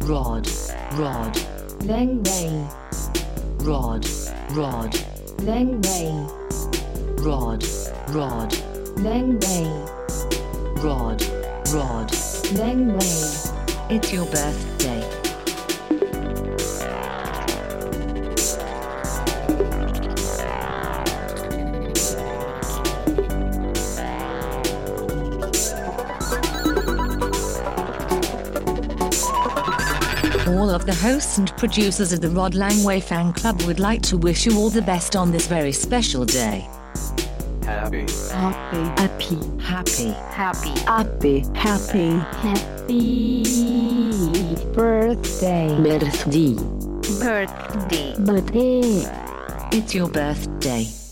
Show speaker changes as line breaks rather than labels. Rod, rod,
Then rain.
rod, rod,
Then rain.
rod, rod,
Then rain.
rod, rod.
Then rain.
It's your birthday. All of the hosts and producers of the Rod Langway Fan Club would like to wish you all the best on this very special day.
Happy.
Happy, happy.
Happy.
Happy, happy
Happy birthday.
birthday.
Birthday.
Birthday.
It's your birthday.